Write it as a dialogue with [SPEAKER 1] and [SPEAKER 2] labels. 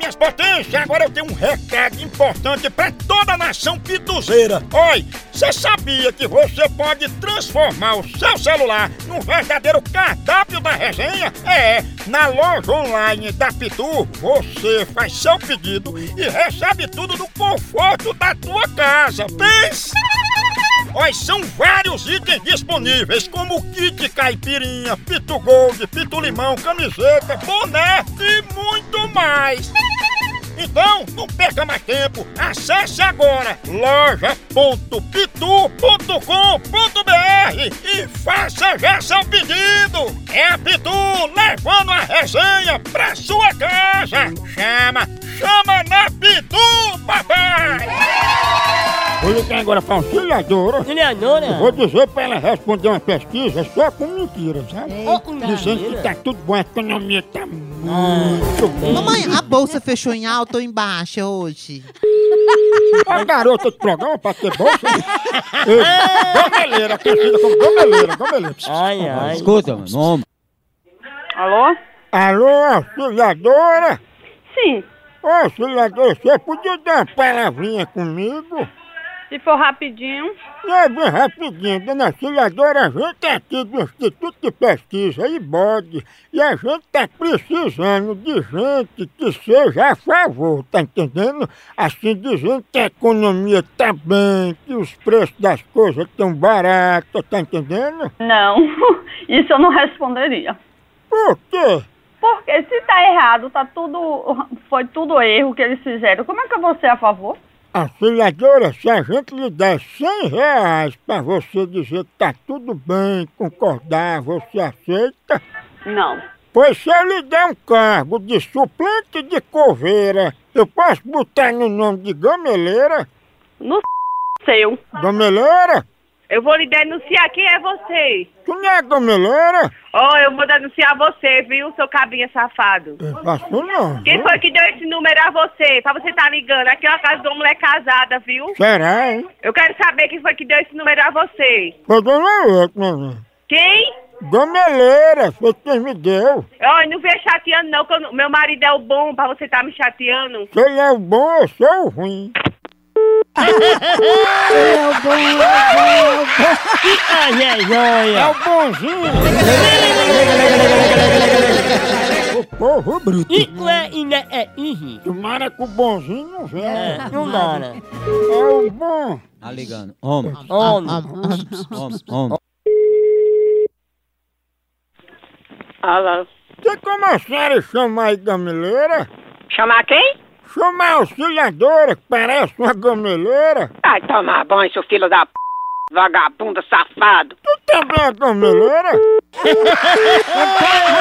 [SPEAKER 1] das potências, agora eu tenho um recado importante pra toda a nação pituzeira. Oi, você sabia que você pode transformar o seu celular num verdadeiro cardápio da resenha? É, na loja online da Pitu, você faz seu pedido e recebe tudo no conforto da tua casa. Pensa! Olha, são vários itens disponíveis, como kit caipirinha, pitu gold, pitu limão, camiseta, boné e muito mais. Então, não perca mais tempo. Acesse agora loja.pitu.com.br e faça já seu pedido. É a Pitu levando a resenha pra sua casa. Chama, chama na Pitu, papai! Vou ligar agora pra auxiliadora.
[SPEAKER 2] Ele é não, né?
[SPEAKER 1] Vou dizer pra ela responder uma pesquisa só com mentiras, sabe?
[SPEAKER 2] Eita,
[SPEAKER 1] Dizendo que
[SPEAKER 2] É, mentira.
[SPEAKER 1] tá tudo bom, a economia tá muito boa.
[SPEAKER 3] Mamãe, a bolsa fechou em alta ou em baixa hoje?
[SPEAKER 1] A garota do programa pra ter bolsa. né? Ei, Gomeleira, tá conhecida como Gomeleira, Gomeleira.
[SPEAKER 2] Ai, ai.
[SPEAKER 4] Escuta, mano. Homem.
[SPEAKER 5] Alô?
[SPEAKER 1] Alô, auxiliadora?
[SPEAKER 5] Sim.
[SPEAKER 1] Ô, auxiliadora, você podia dar uma palavrinha comigo?
[SPEAKER 5] Se for rapidinho.
[SPEAKER 1] E aí, É bem rapidinho, dona auxiliadora, a gente é aqui do Instituto de Pesquisa, IBOD, e a gente tá precisando de gente que seja a favor, tá entendendo? Assim, dizendo que a economia tá bem, que os preços das coisas estão baratos, tá entendendo?
[SPEAKER 5] Não, isso eu não responderia.
[SPEAKER 1] Por quê?
[SPEAKER 5] Porque se tá errado, tá tudo. Foi tudo erro que eles fizeram. Como é que eu vou ser a favor?
[SPEAKER 1] Auxiliadora, se a gente lhe der 100 reais pra você dizer que tá tudo bem, concordar, você aceita?
[SPEAKER 5] Não.
[SPEAKER 1] Pois se eu lhe der um cargo de suplente de coveira, eu posso botar no nome de gameleira?
[SPEAKER 5] No c... seu.
[SPEAKER 1] Gameleira?
[SPEAKER 5] Eu vou lhe denunciar quem é você.
[SPEAKER 1] Tu não é gameleira?
[SPEAKER 5] Oh, eu vou denunciar você, viu, seu cabinha safado.
[SPEAKER 1] Eu faço não.
[SPEAKER 5] Quem foi que deu esse número a você? Pra você tá ligando. Aqui é a casa de uma mulher casada, viu?
[SPEAKER 1] Será, hein?
[SPEAKER 5] Eu quero saber quem foi que deu esse número a você.
[SPEAKER 1] Foi dona Eucna.
[SPEAKER 5] Quem?
[SPEAKER 1] Gameleira, foi quem me deu.
[SPEAKER 5] Olha, não venha chateando não, que eu não- meu marido é o bom pra você tá me chateando.
[SPEAKER 1] Se ele é o bom, eu sou o ruim.
[SPEAKER 2] Ai, é
[SPEAKER 1] É
[SPEAKER 2] joia.
[SPEAKER 1] o bonzinho, o povo bruto.
[SPEAKER 2] Ico é ine é ihi.
[SPEAKER 1] Tomara que o bonzinho não venha.
[SPEAKER 2] É, não dá, né?
[SPEAKER 1] É o bom.
[SPEAKER 4] Tá ligando. Homem.
[SPEAKER 2] Homem.
[SPEAKER 4] Homem. Homem.
[SPEAKER 5] Alô.
[SPEAKER 1] Tem como a senhora chamar aí gameleira?
[SPEAKER 5] Chamar quem?
[SPEAKER 1] Chamar a auxiliadora, que parece uma gameleira.
[SPEAKER 5] Vai tomar banho, seu filho da p... vagabundo safado.
[SPEAKER 1] Tu também é gameleira? Então,